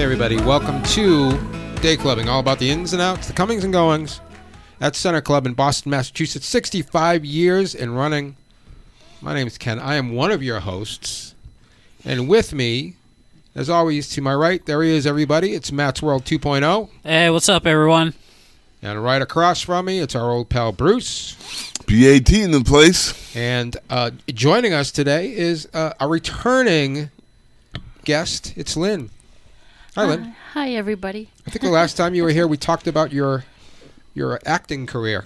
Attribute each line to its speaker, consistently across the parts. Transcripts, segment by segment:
Speaker 1: Welcome to Day Clubbing, all about the ins and outs, the comings and goings at Center Club in Boston, Massachusetts, 65 years and running. My name is Ken. I am one of your hosts. And with me, as always, to my right, there he is, everybody. It's Matt's World 2.0.
Speaker 2: Hey, what's up, everyone?
Speaker 1: And right across from me, it's our old pal Bruce.
Speaker 3: BAT in the place.
Speaker 1: And uh, joining us today is uh, a returning guest. It's Lynn. Hi, Lynn.
Speaker 4: Hi, everybody.
Speaker 1: I think the last time you were here, we talked about your your acting career.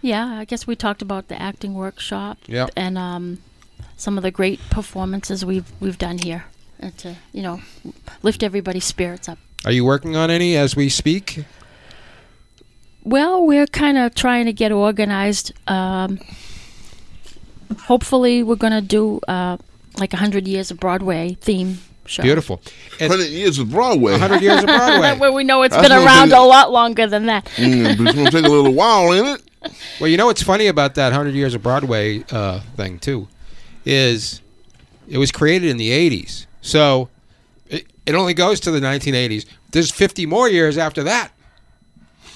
Speaker 4: Yeah, I guess we talked about the acting workshop
Speaker 1: Yep.
Speaker 4: and um, some of the great performances we've we've done here uh, to you know lift everybody's spirits up.
Speaker 1: Are you working on any as we speak?
Speaker 4: Well, we're kind of trying to get organized. Um, hopefully, we're going to do uh, like hundred years of Broadway theme show.
Speaker 1: Beautiful. And
Speaker 3: 100 years of Broadway.
Speaker 1: 100 years of Broadway.
Speaker 4: Where we know it's
Speaker 3: That's
Speaker 4: been
Speaker 3: gonna
Speaker 4: around
Speaker 3: take-
Speaker 4: a lot longer than that.
Speaker 3: Mm, but it's going to take a little while, ain't it?
Speaker 1: Well, you know what's funny about that 100 years of Broadway uh, thing, too, is it was created in the 80s. So it, it only goes to the 1980s. There's 50 more years after that.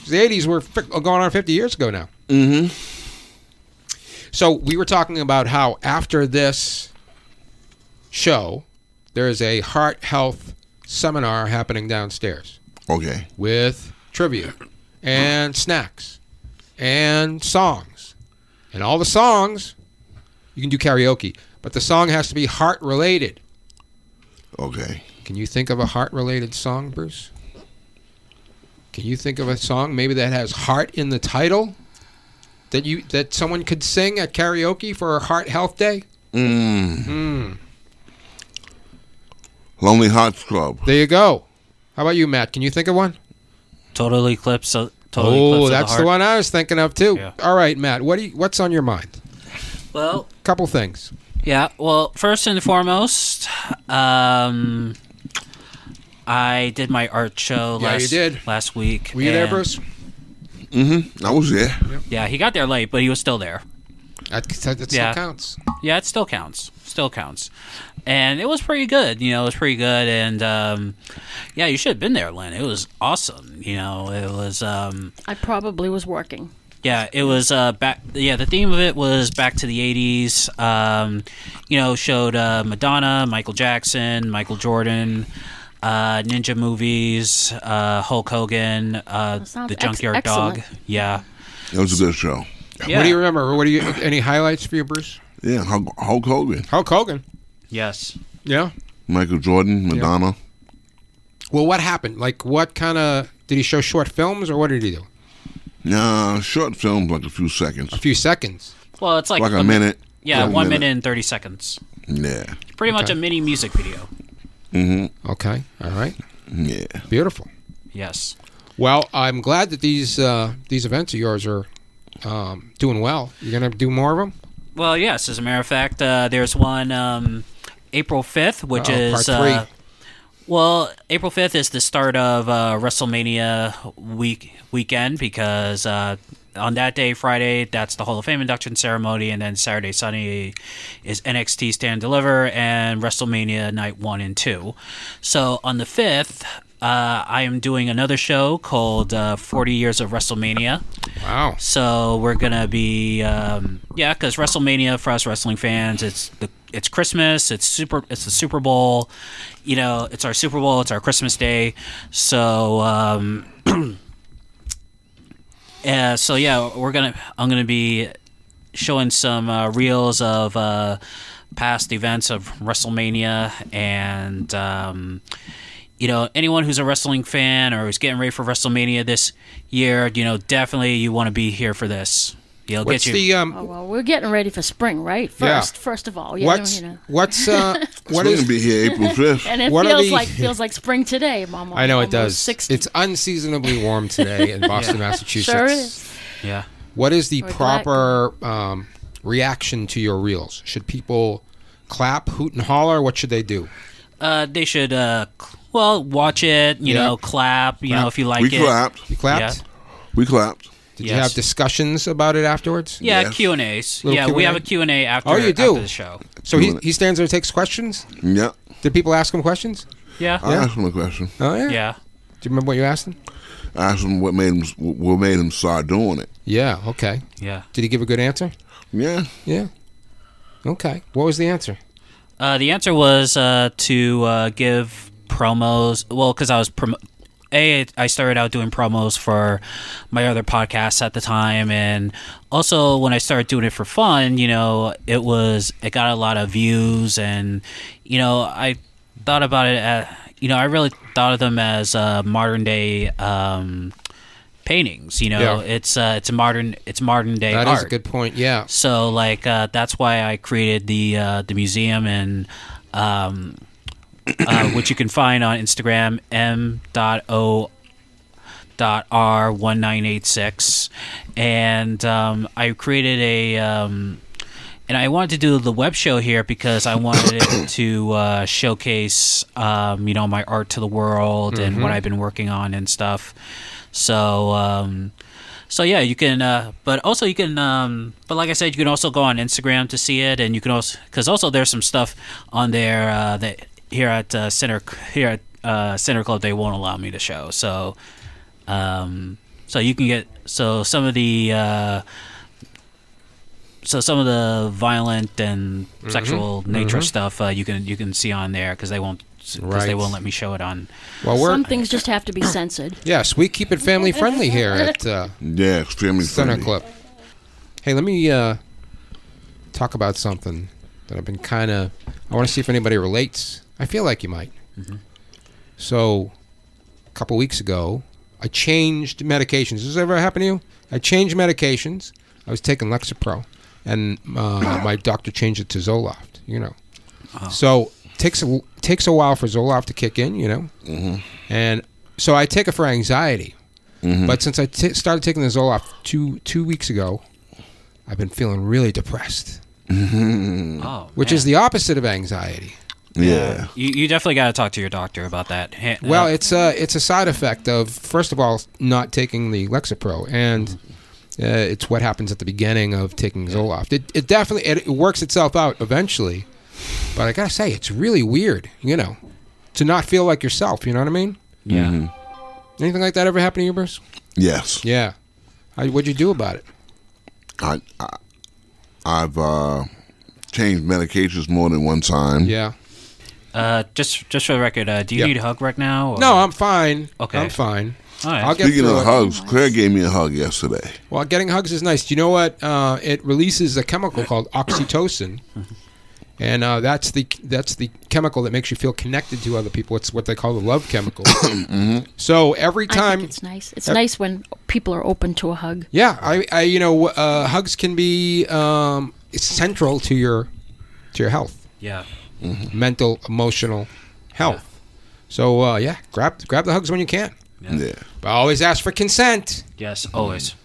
Speaker 1: The 80s were fi- going on 50 years ago now. Mm-hmm. So we were talking about how after this show, there is a heart health seminar happening downstairs.
Speaker 3: Okay.
Speaker 1: with trivia and snacks and songs. And all the songs, you can do karaoke, but the song has to be heart related.
Speaker 3: Okay.
Speaker 1: Can you think of a heart related song, Bruce? Can you think of a song maybe that has heart in the title? That you that someone could sing at karaoke for a heart health day?
Speaker 3: Lonely Hearts Club.
Speaker 1: There you go. How about you, Matt? Can you think of one?
Speaker 2: Total Eclipse. Of, total
Speaker 1: Oh,
Speaker 2: Eclipse
Speaker 1: that's
Speaker 2: of
Speaker 1: the,
Speaker 2: the, heart.
Speaker 1: one I was thinking of too.
Speaker 2: Yeah.
Speaker 1: All right, Matt. What do you, what's on your mind?
Speaker 2: Well,
Speaker 1: Couple things.
Speaker 2: yeah. Well, first and foremost, um, I did my art show
Speaker 1: Yeah, you
Speaker 2: last
Speaker 1: did.
Speaker 2: last week.
Speaker 1: Were you there,
Speaker 2: and-
Speaker 1: Bruce?
Speaker 3: I was there.
Speaker 2: Yeah, he got there late, but he was still there.
Speaker 1: That, that that
Speaker 2: Yeah.
Speaker 1: still counts.
Speaker 2: Yeah, it still counts. Still counts. And it was pretty good. You know, it was pretty good. And um, yeah, you should have been there, Lynn. It was awesome. You know, it was. Um,
Speaker 4: I probably was working.
Speaker 2: Yeah, it was uh back. Yeah, the theme of it was back to the '80s. Um, you know, showed uh, Madonna, Michael Jackson, Michael Jordan, uh, ninja movies, uh, Hulk Hogan, uh,
Speaker 4: sounds
Speaker 2: the
Speaker 4: ex-
Speaker 2: Junkyard
Speaker 4: excellent.
Speaker 2: Dog. Yeah.
Speaker 3: That was a good show.
Speaker 2: yeah.
Speaker 1: What do you remember? What do you? Any highlights for you, Bruce?
Speaker 3: Yeah, Hulk, Hulk Hogan,
Speaker 1: Hulk Hogan.
Speaker 2: Yes.
Speaker 1: Yeah.
Speaker 3: Michael Jordan, Madonna.
Speaker 1: Well, what happened? Like, what kind of did he show short films or what did he do?
Speaker 3: Nah, short films, like a few seconds.
Speaker 1: A few seconds.
Speaker 2: Well, it's like,
Speaker 3: Like a
Speaker 2: mi-
Speaker 3: minute.
Speaker 2: Yeah,
Speaker 3: like a
Speaker 2: one minute. and thirty seconds.
Speaker 3: Yeah.
Speaker 2: Pretty much
Speaker 1: Okay.
Speaker 2: a mini music video.
Speaker 1: Okay. All right.
Speaker 3: Yeah.
Speaker 1: Beautiful.
Speaker 2: Yes.
Speaker 1: Well, I'm glad that these uh, these events of yours are um, doing well. You're gonna do more of them.
Speaker 2: Well, yes. As a matter of fact, uh, there's one um, April 5th, which
Speaker 1: Uh-oh,
Speaker 2: is
Speaker 1: part three.
Speaker 2: Uh, well, April 5th is the start of uh, WrestleMania week weekend because uh, on that day, Friday, that's the Hall of Fame induction ceremony, and then Saturday, Sunday is NXT Stand and Deliver and WrestleMania Night One and Two. So on the 5th. Uh, I am doing another show called uh, 40 Years of WrestleMania.
Speaker 1: Wow.
Speaker 2: So we're gonna be um, yeah, because WrestleMania for us wrestling fans, it's the it's Christmas, it's super, it's the Super Bowl, you know, it's our Super Bowl, it's our Christmas day, so um, uh, so yeah, we're gonna I'm gonna be showing some uh, reels of uh, past events of WrestleMania and. Um, you know, anyone who's a wrestling fan or who's getting ready for WrestleMania this year, you know, definitely you want to be here for this. It'll
Speaker 1: What's
Speaker 2: get you.
Speaker 1: the um?
Speaker 4: Oh well, we're getting ready for spring, right?
Speaker 1: Yeah.
Speaker 4: First, first of all, yeah,
Speaker 1: what's
Speaker 4: you know.
Speaker 1: what's uh? what
Speaker 3: We're going
Speaker 1: is?
Speaker 3: to be here April 5th.
Speaker 4: And it
Speaker 1: What are
Speaker 4: feels
Speaker 1: the-
Speaker 4: like feels like spring today, Mama.
Speaker 1: I know it does.
Speaker 4: 60.
Speaker 1: It's unseasonably warm today in Boston, Massachusetts.
Speaker 4: sure is.
Speaker 2: yeah.
Speaker 1: What is the
Speaker 4: Or glad-
Speaker 1: proper um, reaction to your reels? Should people clap, hoot, and holler? What should they do?
Speaker 2: Uh, they should, uh, cl- well, watch it, you
Speaker 1: Yeah.
Speaker 2: know, clap, you know, if you like
Speaker 3: we
Speaker 2: it.
Speaker 3: clapped.
Speaker 1: You clapped?
Speaker 2: Yeah.
Speaker 3: We clapped.
Speaker 1: Did you
Speaker 2: Yes.
Speaker 1: have discussions about it afterwards?
Speaker 2: Yeah,
Speaker 3: Yes.
Speaker 2: Q and A's.
Speaker 1: Little
Speaker 2: Yeah, we
Speaker 1: Q&A?
Speaker 2: have a Q and A after.
Speaker 1: Oh, you do?
Speaker 2: after the show.
Speaker 1: So he, he stands there and takes questions?
Speaker 3: Yeah.
Speaker 1: Did people ask him questions?
Speaker 2: Yeah,
Speaker 3: I asked him a question.
Speaker 1: Oh, yeah.
Speaker 2: yeah.
Speaker 1: you remember what you asked him?
Speaker 3: I asked him what made him what made him start doing it.
Speaker 1: Yeah. Okay.
Speaker 2: Yeah.
Speaker 1: Did he give a good answer?
Speaker 3: Yeah,
Speaker 1: Yeah. Okay. What was the answer?
Speaker 2: Uh, the answer was uh, to uh, give promos. Well, because I was prom- a I started out doing promos for my other podcasts at the time, and also when I started doing it for fun, you know, it was it got a lot of views, and you know, I thought about it. At, you know, I really thought of them as uh, modern day. Um, paintings you know
Speaker 1: Yeah.
Speaker 2: it's uh it's a modern it's modern day
Speaker 1: That is
Speaker 2: art
Speaker 1: a good point. Yeah.
Speaker 2: so like uh, that's why I created the uh, the museum and um, uh, which you can find on Instagram m dot o dot r one nine eight six, and um, I created a. Um, and I wanted to do the web show here because I wanted it to uh, showcase, um, you know, my art to the world and what I've been working on and stuff. So, um, so yeah, you can. Uh, but also, you can. Um, but like I said, you can also go on Instagram to see it, and you can also because also there's some stuff on there uh, that here at uh, Center here at uh, Center Club they won't allow me to show. So, um, so you can get so some of the. Uh, so some of the violent and sexual nature stuff uh, you can you can see on there because they won't because they
Speaker 1: Right.
Speaker 2: won't let me show it on
Speaker 1: Well, we're
Speaker 4: Some things just have to be censored.
Speaker 1: yes, we keep it family friendly here at uh,
Speaker 3: yeah, extremely
Speaker 1: Center
Speaker 3: friendly.
Speaker 1: Clip. Hey, let me uh, talk about something that I've been kind of. I want to see if anybody relates. I feel like you might. So, a couple weeks ago, I changed medications. Has this ever happened to you? I changed medications. I was taking Lexapro, and uh, my doctor changed it to Zoloft. You know, so takes a, takes a while for Zoloft to kick in. You know, mm-hmm. and so I take it for anxiety. But since I t- started taking the Zoloft two two weeks ago, I've been feeling really depressed,
Speaker 2: oh
Speaker 1: Mm. which is the opposite of anxiety.
Speaker 3: Yeah,
Speaker 2: you, you definitely got to talk to your doctor about that Ha-
Speaker 1: Well,
Speaker 2: uh,
Speaker 1: it's a it's a side effect of first of all not taking the Lexapro, and uh, it's what happens at the beginning of taking Zoloft. It, it definitely it, it works itself out eventually, but I gotta say it's really weird, you know, to not feel like yourself. You know what I mean?
Speaker 2: yeah
Speaker 1: Mm-hmm. Anything like that ever happen to you, Bruce?
Speaker 3: yes.
Speaker 1: Yeah. I, what'd you do about it?
Speaker 3: I, I I've uh, changed medications more than one time.
Speaker 1: Yeah.
Speaker 2: Uh, just just for the record, uh, do you
Speaker 1: Yeah.
Speaker 2: need a hug right now? Or?
Speaker 1: No, I'm fine.
Speaker 2: Okay.
Speaker 1: I'm fine.
Speaker 2: All right.
Speaker 1: I'll get
Speaker 3: Speaking
Speaker 1: through
Speaker 3: of
Speaker 1: it.
Speaker 3: hugs, Claire gave me a hug yesterday.
Speaker 1: Well, getting hugs is nice. Do you know what? Uh, it releases a chemical called oxytocin, and uh, that's the that's the chemical that makes you feel connected to other people. It's what they call the love chemical. So every
Speaker 4: I
Speaker 1: time,
Speaker 4: think it's nice. It's nice when people are open to a hug.
Speaker 1: yeah, I, I you know uh, hugs can be um, it's central to your to your health,
Speaker 2: Yeah.
Speaker 1: mental, emotional health. So uh, yeah, grab grab the hugs when you can.
Speaker 2: Yeah.
Speaker 3: Yeah,
Speaker 1: But always ask for consent.
Speaker 2: Yes. Always.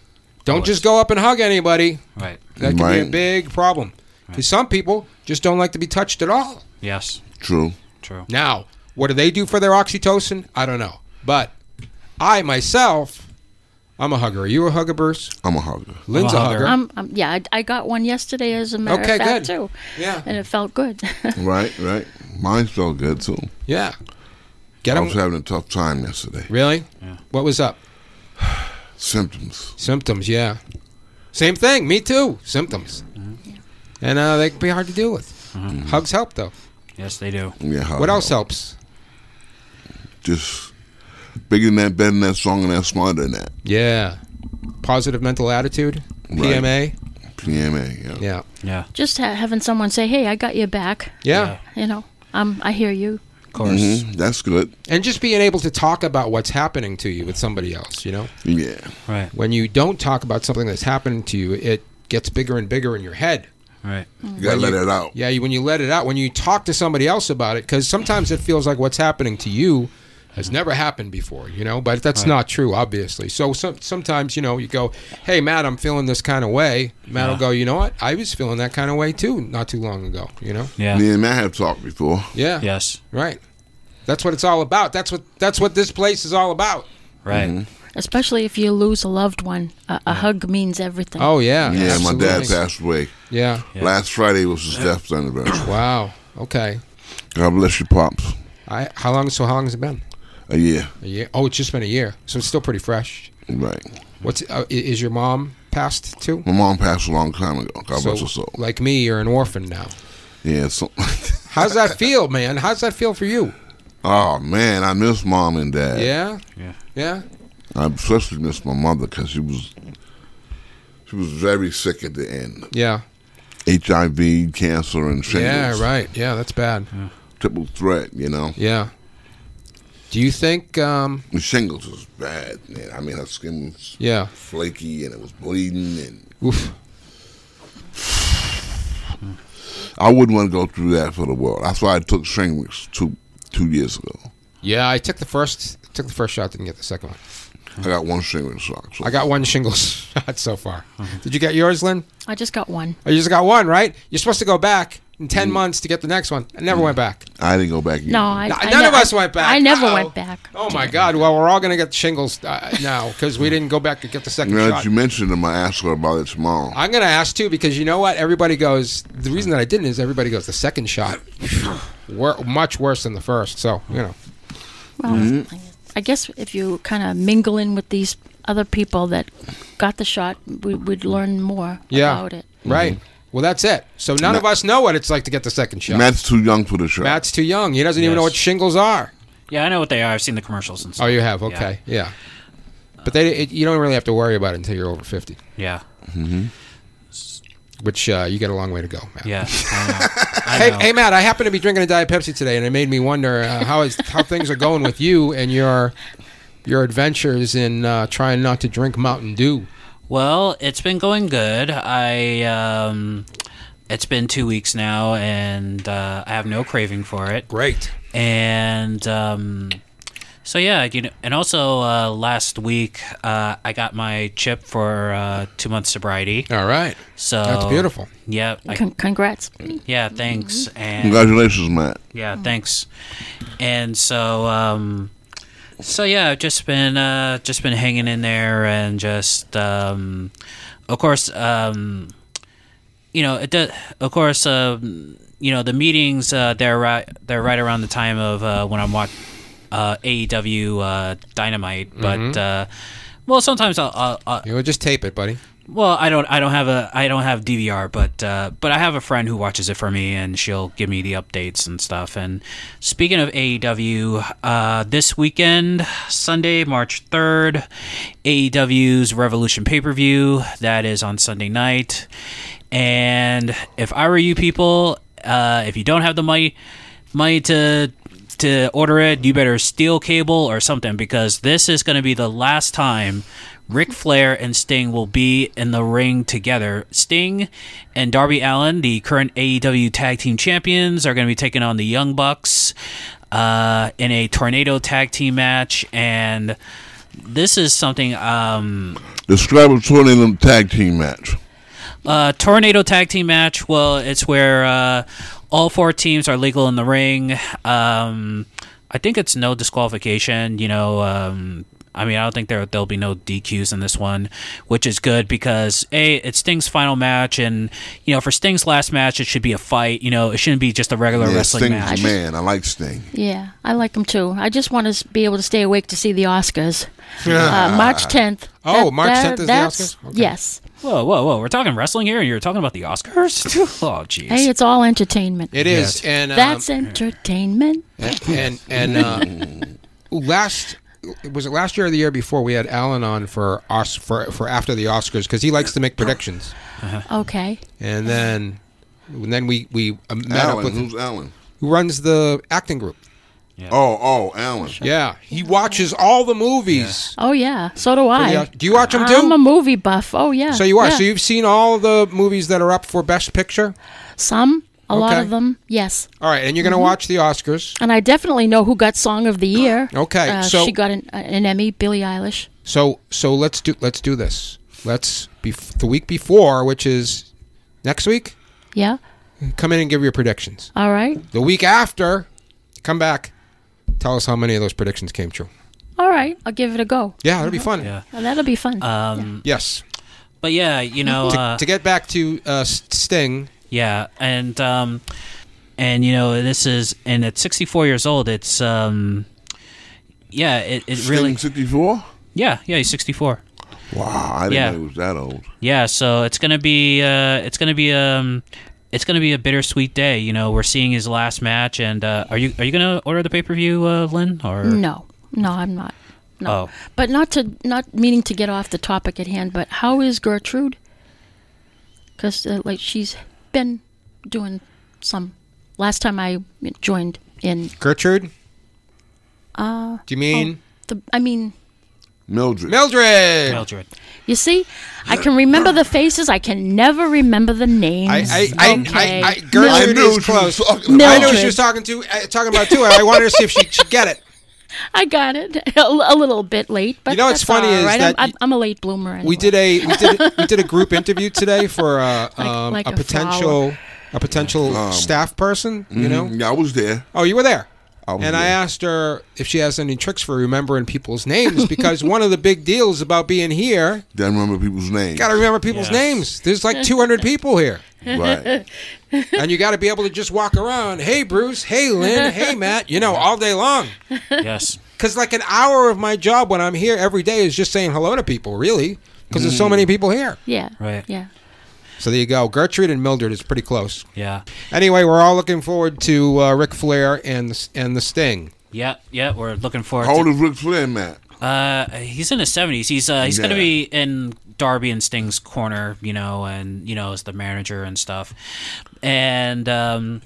Speaker 1: Don't just go up and hug anybody.
Speaker 2: Right.
Speaker 1: That can be a
Speaker 3: Right.
Speaker 1: big problem. 'Cause some people just don't like to be touched at all.
Speaker 2: Yes.
Speaker 3: true.
Speaker 2: True.
Speaker 1: Now, what do they do for their oxytocin? I don't know. But I myself, I'm a hugger. Are you a hugger, Bruce?
Speaker 3: I'm a hugger.
Speaker 1: Lynn's
Speaker 2: a
Speaker 1: a
Speaker 2: hugger.
Speaker 1: hugger.
Speaker 4: Um, um, yeah, I, I got one yesterday as a matter
Speaker 1: Okay,
Speaker 4: of fact
Speaker 1: good.
Speaker 4: too,
Speaker 1: yeah.
Speaker 4: and it felt good.
Speaker 3: Right, right. Mine felt good too.
Speaker 1: Yeah. Get
Speaker 3: I
Speaker 1: him?
Speaker 3: was having a tough time yesterday.
Speaker 1: Really? What was up?
Speaker 3: Symptoms.
Speaker 1: Symptoms, yeah. Same thing. Me too. Symptoms. And uh, they can be hard to deal with. Hugs help, though.
Speaker 2: Yes, they do.
Speaker 3: Yeah. hug
Speaker 1: What else
Speaker 3: help.
Speaker 1: helps?
Speaker 3: Just bigger than that, better than that, stronger than that, smarter than that.
Speaker 1: Yeah. Positive mental attitude, PMA.
Speaker 3: PMA. Yeah.
Speaker 1: Yeah.
Speaker 2: Yeah.
Speaker 4: Just ha- having someone say, "Hey, I got your back."
Speaker 1: Yeah.
Speaker 4: You know, um, I hear you.
Speaker 2: Of course.
Speaker 1: Mm-hmm.
Speaker 3: Mhm, That's good.
Speaker 1: and just being able to talk about what's happening to you with somebody else you know
Speaker 3: Yeah.
Speaker 2: Right.
Speaker 1: when you don't talk about something that's happening to you it gets bigger and bigger in your head
Speaker 2: Right.
Speaker 3: You gotta let it out.
Speaker 1: yeah you, when you let it out when you talk to somebody else about it because sometimes it feels like what's happening to you has never happened before you know but that's not true obviously so some, sometimes you know you go hey matt i'm feeling this kind of way matt will
Speaker 2: Yeah.
Speaker 1: go you know what i was feeling that kind of way too not too long ago you know
Speaker 2: Yeah.
Speaker 3: Me and Matt have talked before.
Speaker 1: yeah
Speaker 2: Yes.
Speaker 1: right that's what it's all about that's what that's what this place is all about
Speaker 2: Right.
Speaker 1: Mm-hmm.
Speaker 4: Especially if you lose a loved one, a, a hug means everything.
Speaker 1: oh yeah
Speaker 3: Yeah,
Speaker 1: absolutely.
Speaker 3: my dad passed away.
Speaker 1: Yeah.
Speaker 2: Yeah.
Speaker 3: Last Friday was his death anniversary.
Speaker 1: Wow. Okay.
Speaker 3: God bless you, pops.
Speaker 1: I how long so how long has it been?
Speaker 3: a year.
Speaker 1: A year. Oh, it's just been a year, so it's still pretty fresh.
Speaker 3: Right.
Speaker 1: What's uh, i- is your mom passed too?
Speaker 3: My mom passed a long time ago. God bless her
Speaker 1: so,
Speaker 3: soul.
Speaker 1: like me, you're an orphan now.
Speaker 3: Yeah. So,
Speaker 1: How's that feel, man? How's that feel for you?
Speaker 3: oh man, I miss mom and dad.
Speaker 1: Yeah,
Speaker 2: Yeah.
Speaker 1: yeah.
Speaker 3: I especially miss my mother because she was she was very sick at the end.
Speaker 1: Yeah.
Speaker 3: HIV, cancer, and shingles.
Speaker 1: Yeah, right. Yeah, that's bad.
Speaker 3: Triple threat, you know.
Speaker 1: Yeah. Do you think um
Speaker 3: The shingles was bad, man. I mean, her skin was
Speaker 1: yeah.
Speaker 3: flaky and it was bleeding, and
Speaker 1: Oof.
Speaker 3: I wouldn't want to go through that for the world. That's why I took shingles two two years ago.
Speaker 1: Yeah, I took the first took the first shot, didn't get the second one.
Speaker 3: I got one shingles shot. So
Speaker 1: I got one shingles shot so far. Did you get yours, Lynn?
Speaker 4: I just got one.
Speaker 1: Oh, you just got one, right? You're supposed to go back in ten months to get the next one. I never went back.
Speaker 3: I didn't go back. Either.
Speaker 4: No, I,
Speaker 1: No,
Speaker 4: I
Speaker 1: none
Speaker 4: ne-
Speaker 1: of us
Speaker 4: I-
Speaker 1: went back.
Speaker 4: I never
Speaker 1: Uh-oh.
Speaker 4: went back.
Speaker 1: Oh my God! Well, we're all gonna get shingles uh, now because we didn't go back and get the second
Speaker 3: Now
Speaker 1: shot.
Speaker 3: that you mentioned them, I asked her about it tomorrow.
Speaker 1: I'm gonna ask too because you know what? Everybody goes. The reason that I didn't is everybody goes the second shot, were much worse than the first. So you know,
Speaker 4: Well, I guess if you kind of mingle in with these other people that got the shot, we, we'd learn more
Speaker 1: Yeah.
Speaker 4: about it.
Speaker 1: right? Well, that's it. So none of us know what it's like to get the second shot.
Speaker 3: Matt's too young for the shot.
Speaker 1: Matt's too young. He doesn't even know
Speaker 2: Yes.
Speaker 1: what shingles are.
Speaker 2: Yeah, I know what they are. I've seen the commercials and
Speaker 1: Oh,
Speaker 2: stuff.
Speaker 1: you have. Okay, yeah. But they, it, you don't really have to worry about it until you're over fifty,
Speaker 2: yeah.
Speaker 1: which uh, you get a long way to go, Matt.
Speaker 2: Yeah. I know. I
Speaker 1: Hey,
Speaker 2: know.
Speaker 1: hey, Matt, I happen to be drinking a Diet Pepsi today, and it made me wonder uh, how is how things are going with you and your your adventures in uh, trying not to drink Mountain Dew.
Speaker 2: Well, it's been going good. I um, it's been two weeks now, and uh, I have no craving for it.
Speaker 1: Great.
Speaker 2: And um, so yeah, you know, and also uh, last week uh, I got my chip for uh, two months sobriety.
Speaker 1: All right.
Speaker 2: So
Speaker 1: That's beautiful.
Speaker 2: Yeah, I,
Speaker 4: Con- congrats.
Speaker 2: yeah. Thanks. And
Speaker 3: Congratulations, Matt.
Speaker 2: yeah, thanks. And so, um, so yeah, I've just been uh, just been hanging in there, and just um, of course, um, you know, it does, of course, um, you know, the meetings uh, they're right they're right around the time of uh, when I'm watching uh, AEW uh, Dynamite, but. Uh, well, sometimes I'll, I'll, I'll
Speaker 1: You know, just tape it, buddy.
Speaker 2: well, I don't, I don't have a, I don't have DVR, but, uh, but I have a friend who watches it for me, and she'll give me the updates and stuff. And speaking of AEW, uh, this weekend, Sunday, March third, AEW's Revolution pay per view that is on Sunday night. And if I were you people, uh, if you don't have the money, money to to order it, you better steal cable or something because this is going to be the last time Ric Flair and Sting will be in the ring together. Sting and Darby Allen, the current AEW Tag Team Champions, are going to be taking on the Young Bucks uh, in a tornado tag team match, and this is something. Um,
Speaker 3: Describe a tornado tag team match.
Speaker 2: uh, tornado tag team match. Well, it's where uh, all four teams are legal in the ring. Um, I think it's no disqualification. You know, um, I mean, I don't think there there'll be no DQs in this one, which is good because a it's Sting's final match, and you know, for Sting's last match, it should be a fight. You know, it shouldn't be just a regular
Speaker 3: Yeah,
Speaker 2: wrestling
Speaker 3: Sting's
Speaker 2: match.
Speaker 3: a man. I like Sting.
Speaker 4: Yeah, I like them too. I just want to s- be able to stay awake to see the Oscars. Uh, March 10th.
Speaker 1: Oh, March 10th is the
Speaker 4: that's-
Speaker 1: Oscars? Okay.
Speaker 4: Yes.
Speaker 2: Whoa, whoa, whoa! We're talking wrestling here, and you're talking about the Oscars. oh, jeez.
Speaker 4: Hey, it's all entertainment.
Speaker 1: It is. And um,
Speaker 4: that's entertainment.
Speaker 1: and and uh, last was it last year or the year before we had Alan on for Os- for for after the Oscars because he likes to make predictions.
Speaker 4: Okay.
Speaker 1: And then and then we we uh, met up
Speaker 3: Alan,
Speaker 1: with
Speaker 3: who's Alan?
Speaker 1: who runs the acting group.
Speaker 3: Oh, oh, Alan.
Speaker 1: Yeah, he watches all the movies.
Speaker 4: Oh, yeah. So do I.
Speaker 1: Yeah. Do you watch them too?
Speaker 4: I'm a movie buff. Oh, yeah.
Speaker 1: So you are.
Speaker 4: Yeah.
Speaker 1: So you've seen all the movies that are up for Best Picture.
Speaker 4: Some, a lot
Speaker 1: Okay.
Speaker 4: of them, yes.
Speaker 1: All right, and you're going
Speaker 4: Mm-hmm.
Speaker 1: to watch the Oscars.
Speaker 4: And I definitely know who got Song of the Year.
Speaker 1: Okay,
Speaker 4: Uh,
Speaker 1: so-
Speaker 4: she got an, an Emmy, Billie Eilish.
Speaker 1: So so let's do let's do this. Let's be the week before, which is next week.
Speaker 4: Yeah.
Speaker 1: Come in and give your predictions.
Speaker 4: All right.
Speaker 1: The week after, come back. Tell us how many of those predictions came true.
Speaker 4: All right. I'll give it a go.
Speaker 1: Yeah, it'll be fun.
Speaker 2: Yeah.
Speaker 4: Well, that'll be fun.
Speaker 2: Uh,
Speaker 1: Yes.
Speaker 2: Um, But yeah, you know,
Speaker 1: To,
Speaker 2: uh,
Speaker 1: to get back to uh, S- Sting,
Speaker 2: Yeah, and um, and you know this is and at 64 years old, it's um, yeah, it, it really.
Speaker 3: sixty four.
Speaker 2: Yeah, yeah, he's 64.
Speaker 3: Wow, I didn't
Speaker 2: Yeah.
Speaker 3: know he was that old.
Speaker 2: Yeah, so it's gonna be uh, it's gonna be um, it's gonna be a bittersweet day. You know, we're seeing his last match, and uh, are you are you gonna order the pay per view, uh, Lynn? Or
Speaker 4: No, no, I'm not. Mm, No,
Speaker 2: Oh.
Speaker 4: but not to not meaning to get off the topic at hand. But how is Gertrude? Because uh, like she's been doing some. Last time I joined in
Speaker 1: Gertrude? Uh, Do you mean
Speaker 4: the, I mean,
Speaker 3: Mildred.
Speaker 1: Mildred?
Speaker 2: Mildred.
Speaker 4: you see, I can remember the faces. I can never remember the names.
Speaker 1: I, I, I,
Speaker 4: okay.
Speaker 1: I, I,
Speaker 3: I
Speaker 1: Gertrude
Speaker 3: knew
Speaker 1: is
Speaker 3: she was
Speaker 1: close.
Speaker 3: talking about.
Speaker 4: No.
Speaker 1: I know
Speaker 4: Mildred.
Speaker 1: she was talking to, uh, talking about too. and I wanted to see if she should get it.
Speaker 4: I got it a, a little bit late, but
Speaker 1: You know what's
Speaker 4: that's
Speaker 1: funny
Speaker 4: all
Speaker 1: is
Speaker 4: right.
Speaker 1: that
Speaker 4: I'm,
Speaker 1: y-
Speaker 4: I'm a late bloomer. Anyway.
Speaker 1: We did a we did we did a group interview today for uh, um,
Speaker 4: like
Speaker 1: a,
Speaker 4: a
Speaker 1: potential a potential staff person. You know,
Speaker 3: Yeah, I was there.
Speaker 1: Oh, you were there.
Speaker 3: was
Speaker 1: and I
Speaker 3: there.
Speaker 1: asked her if she has any tricks for remembering people's names because one of the big deals about being here,
Speaker 3: Didn't remember people's names.
Speaker 1: got to remember people's
Speaker 2: Yes.
Speaker 1: names. There's like 200 people here,
Speaker 3: Right.
Speaker 1: and you got to be able to just walk around. Hey, Bruce. Hey, Lynn. Hey, Matt. You know, all day long.
Speaker 2: yes.
Speaker 1: Because like an hour of my job when I'm here every day is just saying hello to people, really. Because there's so many people here.
Speaker 4: yeah,
Speaker 2: Right.
Speaker 4: yeah.
Speaker 1: So there you go. Gertrude and Mildred is pretty close.
Speaker 2: Yeah.
Speaker 1: Anyway, we're all looking forward to uh, Ric Flair and the, and the Sting.
Speaker 2: Yeah. Yeah. We're looking forward.
Speaker 3: How old
Speaker 2: to,
Speaker 3: is Ric Flair, Matt?
Speaker 2: uh, he's in his seventies. He's uh, he's gonna
Speaker 3: Yeah.
Speaker 2: be in Darby and Sting's corner, you know, and you know, as the manager and stuff. And um,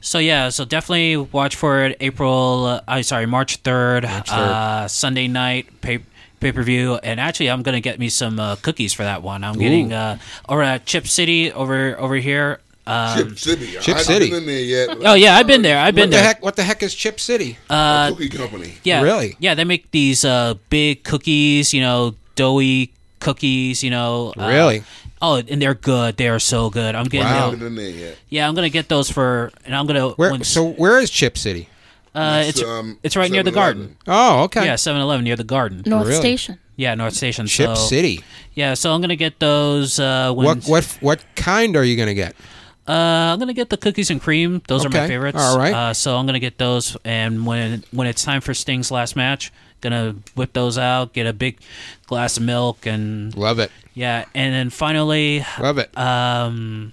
Speaker 2: so yeah, so definitely watch for it. April, uh, I'm sorry, March third, uh, Sunday night pay pay per view. And actually, I'm gonna get me some uh, cookies for that one. I'm getting uh, over at Chip City over over here. Um,
Speaker 3: Chip City.
Speaker 1: Chip
Speaker 3: I haven't
Speaker 1: City.
Speaker 3: been in there yet. but
Speaker 2: Oh yeah, I've been there. I've
Speaker 1: What
Speaker 2: been
Speaker 1: the
Speaker 2: there.
Speaker 1: heck? What the heck is Chip City?
Speaker 3: a cookie company.
Speaker 2: Uh, Yeah.
Speaker 1: Really?
Speaker 2: Yeah, they make these uh, big cookies, you know, doughy cookies, you know. uh,
Speaker 1: Really?
Speaker 2: Oh, and they're good. They are so good. I'm getting
Speaker 1: Wow.
Speaker 3: I
Speaker 2: those-
Speaker 3: haven't been in there yet.
Speaker 2: Yeah, I'm gonna get those for, and I'm gonna.
Speaker 1: Where,
Speaker 2: once-
Speaker 1: so where is Chip City?
Speaker 2: uh, it's
Speaker 3: It's, um,
Speaker 2: it's right near the
Speaker 3: 7-Eleven.
Speaker 2: garden.
Speaker 1: Oh, okay.
Speaker 2: Yeah, 7-Eleven near the garden.
Speaker 4: North
Speaker 1: Really?
Speaker 4: Station.
Speaker 2: Yeah, North Station.
Speaker 1: Chip
Speaker 2: so,
Speaker 1: City.
Speaker 2: Yeah, so I'm gonna get those. Uh, when,
Speaker 1: What what what kind are you gonna get?
Speaker 2: Uh, I'm gonna get the cookies and cream. Those are
Speaker 1: Okay,
Speaker 2: my favorites.
Speaker 1: all right.
Speaker 2: Uh, so I'm gonna get those, and when when it's time for Sting's last match, gonna whip those out. Get a big glass of milk and
Speaker 1: Love it.
Speaker 2: Yeah, and then finally,
Speaker 1: Love it.
Speaker 2: um,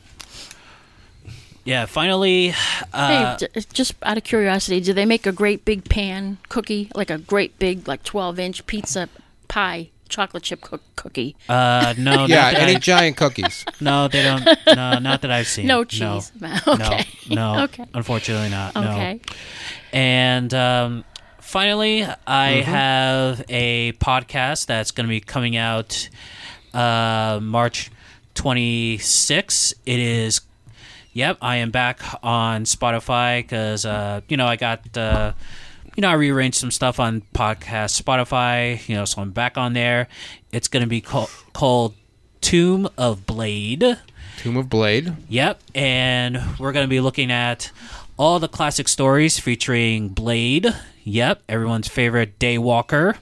Speaker 2: yeah, finally, uh,
Speaker 4: hey, j- just out of curiosity, do they make a great big pan cookie, like a great big, like twelve-inch pizza pie chocolate chip cook- cookie?
Speaker 2: uh, no,
Speaker 1: yeah,
Speaker 2: not that
Speaker 1: any
Speaker 2: I,
Speaker 1: giant cookies.
Speaker 2: no, they don't, no, not that I've seen.
Speaker 4: no cheese.
Speaker 2: No,
Speaker 4: okay.
Speaker 2: no, no,
Speaker 4: okay.
Speaker 2: unfortunately not. no.
Speaker 4: Okay.
Speaker 2: And um, finally, I have a podcast that's going to be coming out uh, March 26. It is. Yep, I am back on Spotify because uh, you know I got uh, you know I rearranged some stuff on podcast Spotify. You know, so I'm back on there. It's going to be called called Tomb of Blade.
Speaker 1: Tomb of Blade.
Speaker 2: Yep, and we're going to be looking at all the classic stories featuring Blade. Yep, everyone's favorite Daywalker.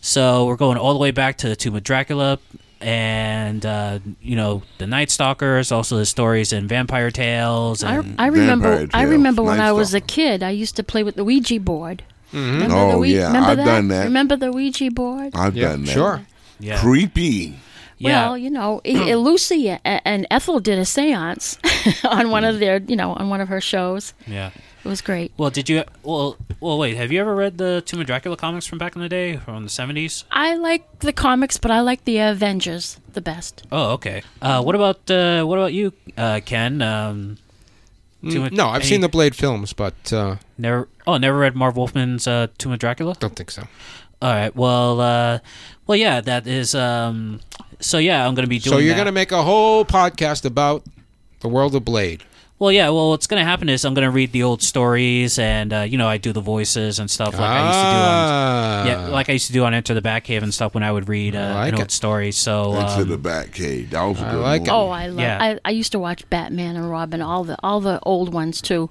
Speaker 2: So we're going all the way back to the Tomb of Dracula, and uh, you know the Night Stalkers, also the stories in Vampire Tales.
Speaker 4: I,
Speaker 2: And,
Speaker 4: I remember.
Speaker 3: Vampire
Speaker 4: I
Speaker 3: Tales,
Speaker 4: remember when
Speaker 3: nice
Speaker 4: I was
Speaker 3: stuff.
Speaker 4: a kid. I used to play with the Ouija board.
Speaker 1: Mm-hmm.
Speaker 4: Remember the
Speaker 3: Oh,
Speaker 4: Ouija-
Speaker 3: yeah,
Speaker 4: remember
Speaker 3: I've
Speaker 4: that?
Speaker 3: done that.
Speaker 4: Remember the Ouija board?
Speaker 3: I've
Speaker 1: Yeah,
Speaker 3: done that.
Speaker 1: sure.
Speaker 2: yeah,
Speaker 3: Creepy.
Speaker 2: yeah.
Speaker 4: Well, you know, I- I- Lucy a- and Ethel did a séance on one of their, you know, on one of her shows.
Speaker 2: yeah.
Speaker 4: It was great.
Speaker 2: Well, did you? Well, well, wait. Have you ever read the Tomb of Dracula comics from back in the day, from the seventies?
Speaker 4: I like the comics, but I like the Avengers the best.
Speaker 2: Oh, okay. Uh, what about uh, what about you, uh, Ken? Um, Tomb of-
Speaker 1: Mm, No, I've
Speaker 2: any-
Speaker 1: seen the Blade films, but uh,
Speaker 2: Never. Oh, never read Marv Wolfman's uh, Tomb of Dracula.
Speaker 1: don't think so.
Speaker 2: All right. Well, uh, well, yeah. That is. Um, so yeah, I'm gonna be doing.
Speaker 1: So you're
Speaker 2: that.
Speaker 1: gonna make a whole podcast about the world of Blade.
Speaker 2: Well, yeah. Well, what's gonna happen is I'm gonna read the old stories, and uh, you know, I do the voices and stuff like I used to do. On, yeah, like I used to do on Enter the Batcave and stuff when I would read uh,
Speaker 1: Ah. like
Speaker 2: an
Speaker 1: it.
Speaker 2: old story. So
Speaker 3: Into
Speaker 2: um,
Speaker 3: the back cave. That was a good
Speaker 1: like it.
Speaker 3: movie.
Speaker 4: Oh, I love.
Speaker 2: Yeah.
Speaker 4: I, I used to watch Batman and Robin, all the all the old ones too.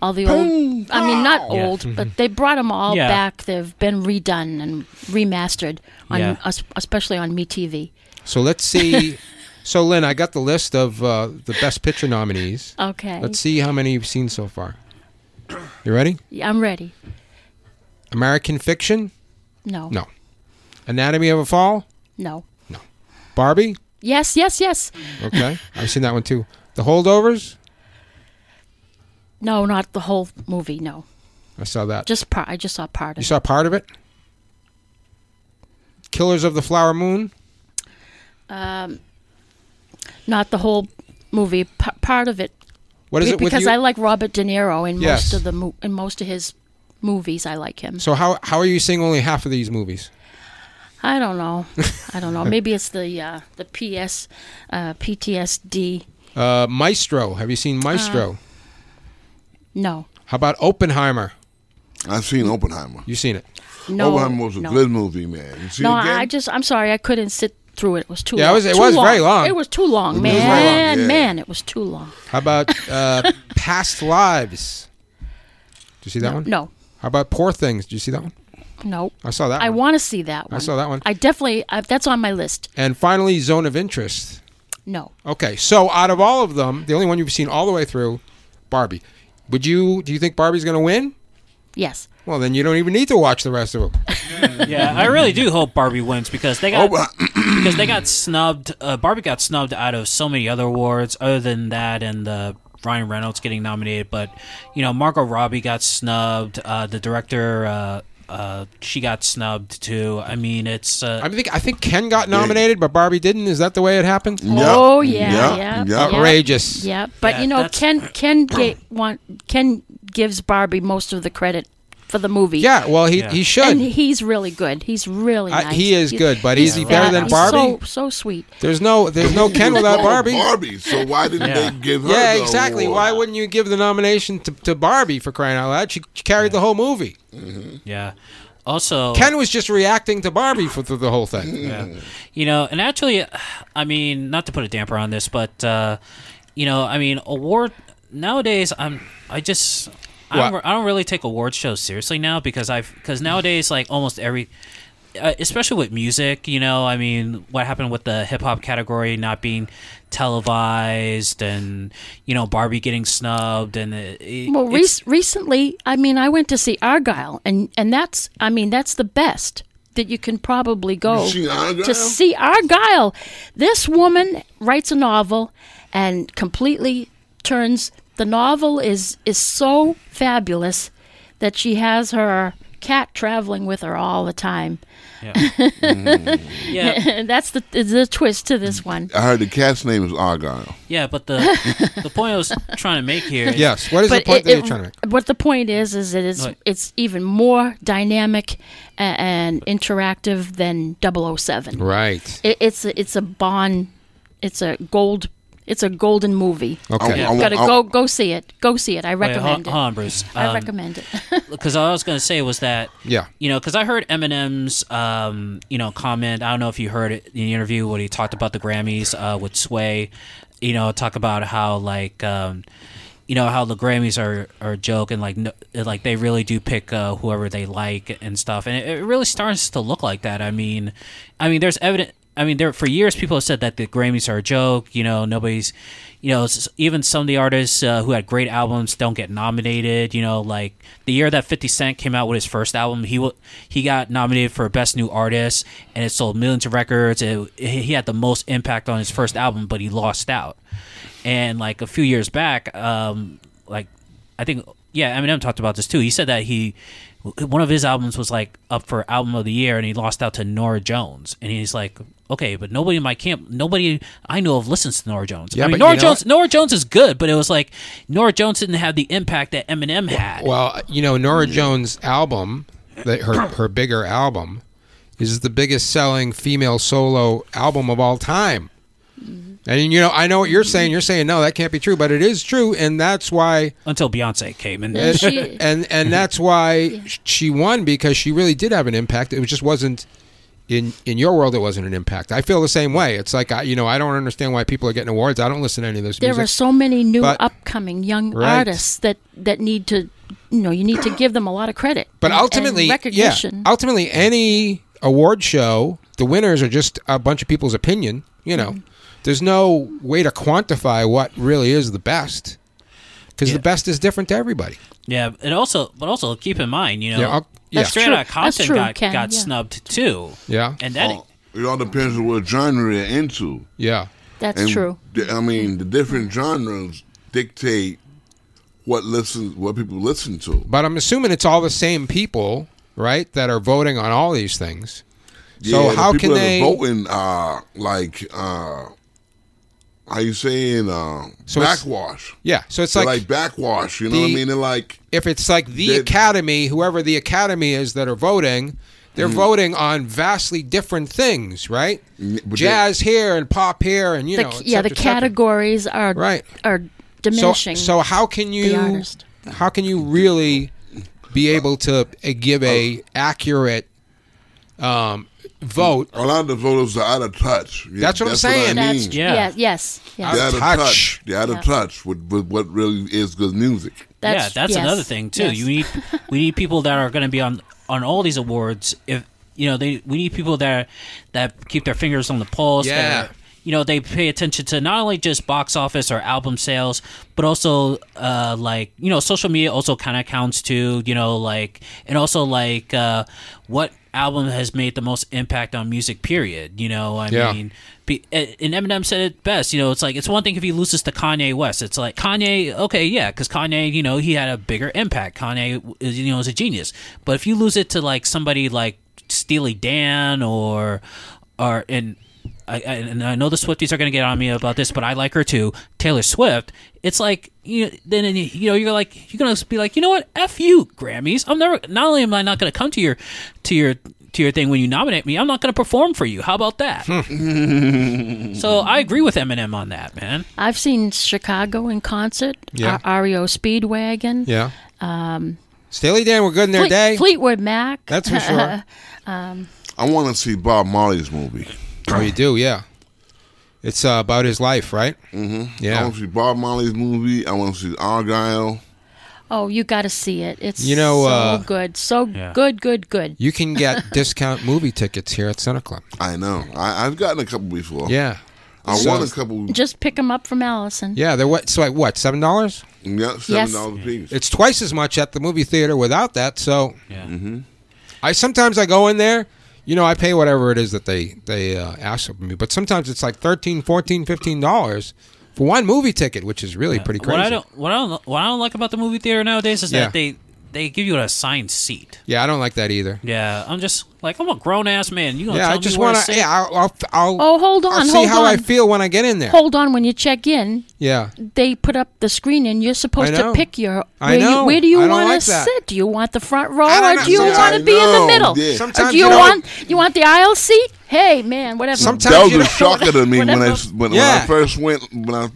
Speaker 4: All the old. I mean, not
Speaker 2: Ah! Yeah. Mm-hmm.
Speaker 4: old, but they brought them all
Speaker 2: Yeah.
Speaker 4: back. They've been redone and remastered on,
Speaker 2: Yeah.
Speaker 4: es- especially on MeTV.
Speaker 1: So let's see. so Lynn, I got the list of uh, the best picture nominees.
Speaker 4: Okay,
Speaker 1: Let's see how many you've seen so far. You ready?
Speaker 4: Yeah, I'm ready.
Speaker 1: American Fiction?
Speaker 4: No.
Speaker 1: No. Anatomy of a Fall?
Speaker 4: No.
Speaker 1: Barbie?
Speaker 4: Yes, yes, yes.
Speaker 1: Okay. I've seen that one too. The Holdovers?
Speaker 4: No, not the whole movie. No,
Speaker 1: I saw that.
Speaker 4: just part. I just saw part
Speaker 1: You
Speaker 4: of.
Speaker 1: saw part of it? Killers of the Flower Moon?
Speaker 4: it. Not the whole movie. P- part of it.
Speaker 1: What is it with
Speaker 4: because
Speaker 1: you?
Speaker 4: I like Robert De Niro in
Speaker 1: Yes.
Speaker 4: most of the mo- in most of his movies. I like him.
Speaker 1: so how how are you seeing only half of these movies?
Speaker 4: I don't know. I don't know. Maybe it's the uh, the PS uh, PTSD.
Speaker 1: Uh, Maestro. Have you seen Maestro?
Speaker 4: Uh. No,
Speaker 1: how about Oppenheimer?
Speaker 3: I've seen Oppenheimer.
Speaker 1: You seen it?
Speaker 4: no.
Speaker 1: Oh,
Speaker 3: Oppenheimer was a
Speaker 4: no.
Speaker 3: good movie, man. You seen
Speaker 4: No,
Speaker 3: it again?
Speaker 4: I I just I'm sorry. I couldn't sit through it. It was too.
Speaker 1: Yeah, it
Speaker 4: long.
Speaker 1: was- it
Speaker 4: too
Speaker 1: was very long.
Speaker 4: It was too long, man.
Speaker 3: very long, yeah.
Speaker 4: Man, it was too long.
Speaker 1: How about uh, Past Lives? Did you see that one?
Speaker 4: No,
Speaker 1: How about Poor Things? Did you see that one?
Speaker 4: no.
Speaker 1: I saw that
Speaker 4: I
Speaker 1: one.
Speaker 4: want to see that one.
Speaker 1: saw that one.
Speaker 4: I definitely. I, that's on my list.
Speaker 1: and finally, Zone of Interest.
Speaker 4: No.
Speaker 1: Okay, so out of all of them, the only one you've seen all the way through, Barbie. Would you? Do you think Barbie's going to win?
Speaker 4: Yes.
Speaker 1: Well, then you don't even need to watch the rest of them.
Speaker 2: Yeah, I really do hope Barbie wins because they
Speaker 1: Oh,
Speaker 2: got because they got snubbed. Uh, Barbie got snubbed out of so many other awards other than that and the Ryan Reynolds getting nominated. But you know, Margot Robbie got snubbed. Uh, the director. Uh, uh, she got snubbed too. I mean, it's uh,
Speaker 1: I think I think Ken got nominated, but Barbie didn't. Is that the way it happened?
Speaker 3: Yeah,
Speaker 4: Oh yeah. Yeah.
Speaker 3: yeah,
Speaker 4: Yep.
Speaker 3: yeah.
Speaker 1: Outrageous.
Speaker 4: Yeah, but
Speaker 2: Yeah,
Speaker 4: you know,
Speaker 2: that's-
Speaker 4: Ken Ken ga- want Ken gives Barbie most of the credit for the movie.
Speaker 1: Yeah, well, he,
Speaker 2: Yeah.
Speaker 1: he
Speaker 4: and
Speaker 1: should.
Speaker 4: he's really good. He's really
Speaker 1: Uh,
Speaker 4: nice.
Speaker 1: he is good, but is he
Speaker 4: fat.
Speaker 1: better than
Speaker 4: He's
Speaker 1: Barbie?
Speaker 4: So so sweet.
Speaker 1: there's no there's no Ken without
Speaker 3: Oh,
Speaker 1: Barbie.
Speaker 3: Barbie. So why didn't
Speaker 2: Yeah.
Speaker 3: they give her?
Speaker 1: Yeah,
Speaker 3: the
Speaker 1: exactly.
Speaker 3: award?
Speaker 1: Why wouldn't you give the nomination to, to Barbie for crying out loud? She, she carried the whole movie.
Speaker 2: yeah. Also,
Speaker 1: Ken was just reacting to Barbie for, through the whole thing.
Speaker 2: Yeah. You know, and actually, I mean, not to put a damper on this, but uh, you know, I mean, award nowadays, I'm, I just, I don't,
Speaker 1: What?
Speaker 2: I don't really take award shows seriously now because I've, because nowadays, like almost every. Uh, especially with music, you know, I mean, what happened with the hip hop category not being televised, and you know, Barbie getting snubbed, and it, it-
Speaker 4: Well,
Speaker 2: it's-
Speaker 4: rec- recently, I mean, I went to see Argyle, and and that's I mean, that's the best that you can probably go
Speaker 3: seen Argyle?
Speaker 4: to see Argyle. This woman writes a novel and completely turns the novel is is so fabulous that she has her cat traveling with her all the time.
Speaker 2: yeah,
Speaker 4: And that's the the twist to this one.
Speaker 3: I heard the cat's name is Argyle.
Speaker 2: yeah, but the the point I was trying to make here, is-
Speaker 1: Yes. What is the point
Speaker 4: it-
Speaker 1: that you're
Speaker 4: it-
Speaker 1: trying to make?
Speaker 4: What the point is is it is
Speaker 2: Right.
Speaker 4: it's even more dynamic a- and interactive than 007.
Speaker 1: Right.
Speaker 4: It, it's a, it's a Bond, it's a gold, it's a golden movie.
Speaker 1: Okay.
Speaker 3: I, I,
Speaker 4: Gotta
Speaker 3: I-
Speaker 4: go go see it. Go see it. I
Speaker 2: Wait, hold,
Speaker 4: recommend
Speaker 2: hold on, Bruce.
Speaker 4: it. I
Speaker 2: Um,
Speaker 4: recommend it.
Speaker 2: because all I was going to say was that
Speaker 1: Yeah.
Speaker 2: you know, because I heard Eminem's um, you know comment. I don't know if you heard it in the interview when he talked about the Grammys uh, with Sway. You know, talk about how like. Um, you know how the Grammys are, are a joke and like no, like they really do pick uh, whoever they like and stuff, and it, it really starts to look like that. I mean, I mean, there's evident. I mean, there for years people have said that the Grammys are a joke. You know, nobody's, you know, s- even some of the artists uh, who had great albums don't get nominated. You know, like the year that Fifty Cent came out with his first album, he wa he got nominated for Best New Artist, and it sold millions of records. It, he had the most impact on his first album, but he lost out. And like a few years back, um, like I think yeah, Eminem talked about this too. He said that he one of his albums was like up for album of the year, and he lost out to Nora Jones. And he's like, okay, but nobody in my camp, nobody I know of listens to Nora Jones.
Speaker 1: Yeah,
Speaker 2: I mean,
Speaker 1: but
Speaker 2: Nora
Speaker 1: you know
Speaker 2: Jones,
Speaker 1: what?
Speaker 2: Nora Jones is good, but it was like Nora Jones didn't have the impact that Eminem had.
Speaker 1: Well, you know, Nora Jones' album, that her her bigger album, is the biggest selling female solo album of all time. And you know, I know what you're saying. You're saying no, that can't be true, but it is true, and that's why
Speaker 2: Until Beyonce came and
Speaker 4: Yeah.
Speaker 1: and,
Speaker 4: She-
Speaker 1: and and that's why she won because she really did have an impact. It just wasn't in in your world. It wasn't an impact. I feel the same way. It's like I, you know, I don't understand why people are getting awards. I don't listen to any of this
Speaker 4: there are
Speaker 1: music.
Speaker 4: so many new
Speaker 1: But-
Speaker 4: upcoming young
Speaker 1: Right.
Speaker 4: artists that that need to, you know, you need to give them a lot of credit.
Speaker 1: but
Speaker 4: and- and
Speaker 1: ultimately, yeah,
Speaker 4: recognition.
Speaker 1: ultimately, any award show, the winners are just a bunch of people's opinion.
Speaker 4: Mm-hmm.
Speaker 1: You know, there's no way to quantify what really is the best. because
Speaker 2: Yeah.
Speaker 1: the best is different to everybody.
Speaker 2: Yeah, and also, but also keep in mind, you know,
Speaker 1: Yeah, I'll- yeah.
Speaker 2: that straight
Speaker 4: True.
Speaker 2: out
Speaker 4: That's
Speaker 2: Compton
Speaker 4: true,
Speaker 2: got
Speaker 4: Ken,
Speaker 2: got
Speaker 4: yeah.
Speaker 2: snubbed too.
Speaker 1: Yeah.
Speaker 2: and that
Speaker 3: All- it all depends on what genre you're into.
Speaker 1: Yeah.
Speaker 4: That's
Speaker 3: And
Speaker 4: true.
Speaker 3: th- I mean, the different genres dictate what listen, what people listen to.
Speaker 1: But I'm assuming it's all the same people, right, that are voting on all these things. So
Speaker 3: the
Speaker 1: how
Speaker 3: people
Speaker 1: can
Speaker 3: that are
Speaker 1: they-
Speaker 3: voting? Uh, like, uh, how you saying? Uh,
Speaker 1: So it's-
Speaker 3: backwash.
Speaker 1: Yeah. So it's
Speaker 3: They're
Speaker 1: like,
Speaker 3: like, backwash. You know what I
Speaker 1: the-
Speaker 3: mean? They're like
Speaker 1: if it's like the
Speaker 3: They-
Speaker 1: academy, whoever the academy is that are voting, they're voting on vastly different things, right?
Speaker 3: but they-
Speaker 1: Jazz here and pop here, and you
Speaker 4: The,
Speaker 1: know, et
Speaker 4: yeah,
Speaker 1: cetera,
Speaker 4: the
Speaker 1: et cetera.
Speaker 4: categories are
Speaker 1: Right.
Speaker 4: are
Speaker 1: So,
Speaker 4: diminishing.
Speaker 1: so how can you
Speaker 4: artist.
Speaker 1: how can you really be able to uh, give a accurate um, vote?
Speaker 3: a lot of the voters are out of touch. Yeah,
Speaker 1: That's what I'm saying.
Speaker 3: I mean.
Speaker 4: that's
Speaker 2: Yeah.
Speaker 4: yeah. yes, yes.
Speaker 3: They're out of
Speaker 1: Touch.
Speaker 3: touch. They're out of touch with, with what really is good music.
Speaker 4: That's,
Speaker 2: yeah, that's
Speaker 4: yes,
Speaker 2: another thing too.
Speaker 4: yes.
Speaker 2: You need we need people that are going to be on on all these awards. If you know they, we need people that that keep their fingers on the pulse.
Speaker 1: Yeah.
Speaker 2: that are- you know they pay attention to not only just box office or album sales, but also uh, like you know social media also kind of counts too. You know like and also like uh, what album has made the most impact on music period you know i
Speaker 1: Yeah.
Speaker 2: mean be, and and Eminem said it best. You know, it's like it's one thing if he loses to Kanye West. It's like Kanye, okay, yeah, because Kanye, you know, he had a bigger impact. Kanye, is, you know, is a genius. But if you lose it to like somebody like Steely Dan or, or and I, I and I know the Swifties are gonna get on me about this, but I like her too, Taylor Swift. It's like you then you know you're like you're gonna be like you know what f you Grammys. I'm never not only am I not gonna come to your to your to your thing when you nominate me, I'm not gonna perform for you. How about that? So I agree with Eminem on that, man.
Speaker 4: I've seen Chicago in concert.
Speaker 1: Yeah.
Speaker 4: uh, REO Speedwagon.
Speaker 1: Yeah. Um, Staley Dan were good in their
Speaker 4: Fleet-
Speaker 1: day.
Speaker 4: Fleetwood Mac.
Speaker 1: That's for sure.
Speaker 3: I want to see Bob Marley's movie.
Speaker 1: oh, you do, yeah. It's uh, about his life, right? Mm-hmm.
Speaker 3: I
Speaker 1: Yeah.
Speaker 3: want to see Bob Marley's movie. I want to see Argyle.
Speaker 4: Oh, you got to see it. It's
Speaker 1: You know,
Speaker 4: so
Speaker 1: uh,
Speaker 4: good, so good, good, good.
Speaker 1: You can get discount movie tickets here at Center Club.
Speaker 3: I know. I, I've gotten a couple before.
Speaker 1: Yeah.
Speaker 3: I
Speaker 1: So-
Speaker 3: won a couple.
Speaker 4: Just pick them up from Allison.
Speaker 1: Yeah, they're what? So like what? Seven dollars?
Speaker 3: Yeah, seven dollars a piece.
Speaker 1: It's twice as much at the movie theater without that. So
Speaker 2: Yeah.
Speaker 1: Mm-hmm. I sometimes I go in there, you know, I pay whatever it is that they they uh, ask of me, but sometimes it's like 13 14 15 dollars for one movie ticket, which is really pretty crazy.
Speaker 2: What I don't, what I don't, what I don't like about the movie theater nowadays is
Speaker 1: Yeah.
Speaker 2: that they they give you an assigned seat.
Speaker 1: yeah, I don't like that either.
Speaker 2: Yeah, I'm just like I'm a grown ass man. You gonna
Speaker 1: Yeah,
Speaker 2: tell
Speaker 1: I just
Speaker 2: me where
Speaker 1: want to.
Speaker 2: to sit?
Speaker 1: Yeah, I'll, I'll, I'll.
Speaker 4: Oh, hold on,
Speaker 1: I'll see
Speaker 4: hold
Speaker 1: how I
Speaker 4: on.
Speaker 1: feel when I get in there.
Speaker 4: Hold on, when you check in,
Speaker 1: yeah,
Speaker 4: they put up the screen, and you're supposed
Speaker 1: I
Speaker 4: to
Speaker 1: know.
Speaker 4: pick your.
Speaker 1: I
Speaker 4: where you-
Speaker 1: know.
Speaker 4: where do you
Speaker 1: I don't
Speaker 4: want
Speaker 1: like
Speaker 4: to
Speaker 1: that.
Speaker 4: sit? Do you want the front row,
Speaker 1: I don't
Speaker 4: or
Speaker 1: know.
Speaker 4: do you
Speaker 1: Sometimes-
Speaker 4: want to be in
Speaker 3: I
Speaker 4: the middle?
Speaker 3: know. Yeah.
Speaker 4: Or
Speaker 1: Sometimes
Speaker 4: do you,
Speaker 1: you know-
Speaker 4: want you want the aisle seat? Hey, man, whatever.
Speaker 1: Sometimes-
Speaker 3: That was
Speaker 1: you
Speaker 3: a
Speaker 1: don't-
Speaker 3: shocker to me when I
Speaker 4: whatever.
Speaker 3: s- when, when
Speaker 1: Yeah.
Speaker 3: I first went when I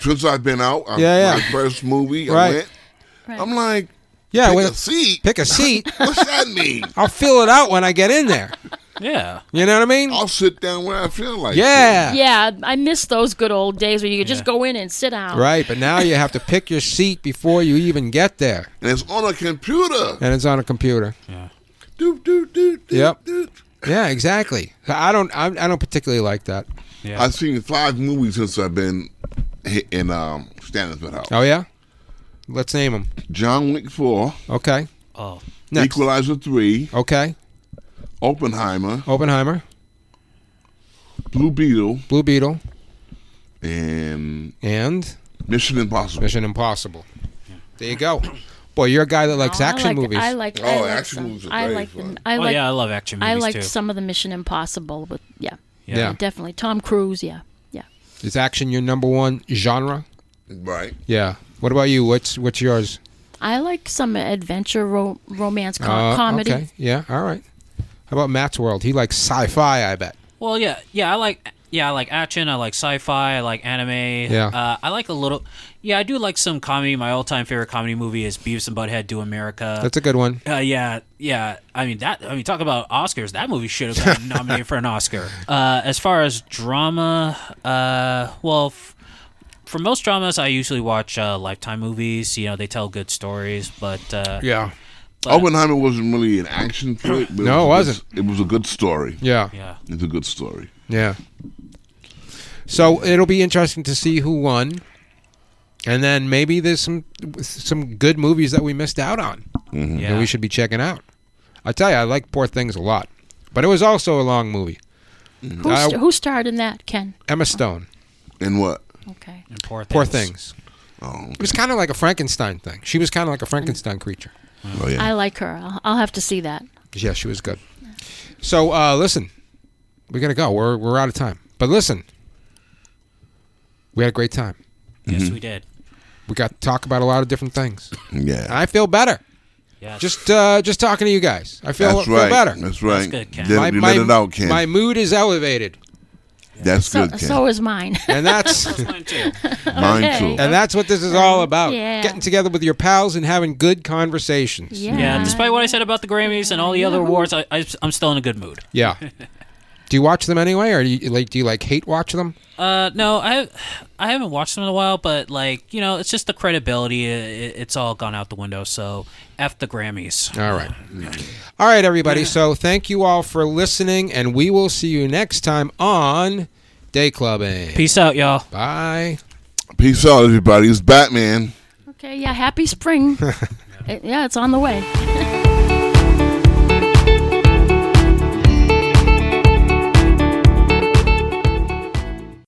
Speaker 3: since I've been out. I,
Speaker 1: Yeah, yeah.
Speaker 3: My first movie.
Speaker 1: Right.
Speaker 3: I went. I'm like,
Speaker 1: yeah.
Speaker 3: pick
Speaker 1: with
Speaker 3: a seat.
Speaker 1: Pick a seat.
Speaker 3: What's that mean?
Speaker 1: I'll feel it out when I get in there.
Speaker 2: yeah.
Speaker 1: You know what I mean?
Speaker 3: I'll sit down where I feel like.
Speaker 1: Yeah.
Speaker 4: yeah, I miss those good old days where you could just go in and sit down.
Speaker 1: Right, but now you have to pick your seat before you even get there,
Speaker 3: and it's on a computer.
Speaker 1: and it's on a computer.
Speaker 3: Doop, doop, doop, doop,
Speaker 1: Yep.
Speaker 3: doop.
Speaker 1: Yeah, exactly. I don't. I, I don't particularly like that.
Speaker 2: Yeah.
Speaker 3: I've seen five movies since I've been hi- in um, Stanford House.
Speaker 1: Oh yeah. Let's name them.
Speaker 3: John Wick Four,
Speaker 1: Okay.
Speaker 2: oh.
Speaker 1: Next.
Speaker 3: Equalizer Three,
Speaker 1: Okay.
Speaker 3: Oppenheimer,
Speaker 1: Oppenheimer,
Speaker 3: Blue Beetle,
Speaker 1: Blue Beetle,
Speaker 3: and
Speaker 1: and
Speaker 3: Mission Impossible.
Speaker 1: Mission Impossible. There you go. Boy, you're a guy that likes
Speaker 4: Oh,
Speaker 1: action
Speaker 4: I like,
Speaker 1: movies.
Speaker 4: I like.
Speaker 3: Oh,
Speaker 4: I like
Speaker 3: action
Speaker 4: some-
Speaker 3: movies are
Speaker 4: I
Speaker 3: great
Speaker 4: like
Speaker 3: fun.
Speaker 4: them. I
Speaker 2: oh
Speaker 4: like.
Speaker 2: yeah, I love action movies
Speaker 4: I liked
Speaker 2: too.
Speaker 4: some of the Mission Impossible, but yeah,
Speaker 2: yeah.
Speaker 1: Yeah.
Speaker 4: definitely Tom Cruise. Yeah, yeah.
Speaker 1: Is action your number one genre?
Speaker 3: Right.
Speaker 1: Yeah. What about you? What's what's yours?
Speaker 4: I like some adventure ro- romance com-
Speaker 1: Uh,
Speaker 4: comedy.
Speaker 1: Okay. Yeah. All right. How about Matt's world? He likes sci-fi. I bet.
Speaker 2: Well, yeah, yeah, I like yeah, I like action, I like sci-fi, I like anime.
Speaker 1: Yeah.
Speaker 2: uh, I like a little. Yeah, I do like some comedy. My all-time favorite comedy movie is Beavis and Butthead Do America.
Speaker 1: That's a good one.
Speaker 2: Uh, yeah, yeah. I mean that. I mean, talk about Oscars. That movie should have been nominated for an Oscar. Uh, as far as drama, uh, well, f- for most dramas, I usually watch uh, Lifetime movies. You know, they tell good stories. But uh,
Speaker 1: Yeah.
Speaker 3: Oppenheimer wasn't really an action flick. But
Speaker 1: No,
Speaker 3: was
Speaker 1: it
Speaker 3: a good- it was a good story.
Speaker 1: Yeah.
Speaker 2: yeah,
Speaker 3: It's a good story.
Speaker 1: Yeah. So it'll be interesting to see who won. and then maybe there's some some good movies that we missed out on
Speaker 2: Yeah.
Speaker 1: and Mm-hmm. we should be checking out. I tell you, I like Poor Things a lot, but it was also a long movie.
Speaker 4: Who,
Speaker 1: I-
Speaker 4: st- who starred in that, Ken?
Speaker 1: Emma Stone,
Speaker 3: And what?
Speaker 4: Okay.
Speaker 2: And poor things.
Speaker 1: Poor Things.
Speaker 3: Oh,
Speaker 1: It was kind of like a Frankenstein thing. She was kind of like a Frankenstein creature.
Speaker 3: oh yeah.
Speaker 4: I like her. I'll, I'll have to see that.
Speaker 1: Yeah, she was good. So uh, listen, we're gonna go. We're we're out of time. But listen, we had a great time. Mm-hmm.
Speaker 2: Yes, we did.
Speaker 1: We got to talk about a lot of different things. And
Speaker 3: yeah.
Speaker 1: I feel better
Speaker 2: Yes.
Speaker 1: just uh, just talking to you guys. I feel,
Speaker 3: That's
Speaker 1: feel
Speaker 3: right.
Speaker 1: better.
Speaker 3: That's right.
Speaker 2: good, Ken.
Speaker 3: Let it- you let it out, Ken.
Speaker 1: my mood is elevated,
Speaker 3: That's
Speaker 4: So,
Speaker 3: good, Ken.
Speaker 4: so is mine.
Speaker 1: and that's
Speaker 2: Mine too.
Speaker 3: Mine
Speaker 4: okay.
Speaker 3: too.
Speaker 1: and that's what this is all about.
Speaker 4: Yeah.
Speaker 1: Getting together with your pals and having good conversations.
Speaker 4: yeah.
Speaker 2: Yeah, despite what I said about the Grammys and all the other awards, I, I, I'm still in a good mood.
Speaker 1: Yeah. do you watch them anyway, or do you like do you like hate watch them?
Speaker 2: Uh, no, I I haven't watched them in a while, but like you know, it's just the credibility. It, it's all gone out the window. So f the Grammys.
Speaker 1: All right. All right, everybody. So thank you all for listening, and we will see you next time on Day Clubbing.
Speaker 2: Peace out, y'all.
Speaker 1: Bye.
Speaker 3: Peace out, everybody. It's Batman.
Speaker 4: Okay. Yeah. Happy spring. Uh, yeah, it's on the way.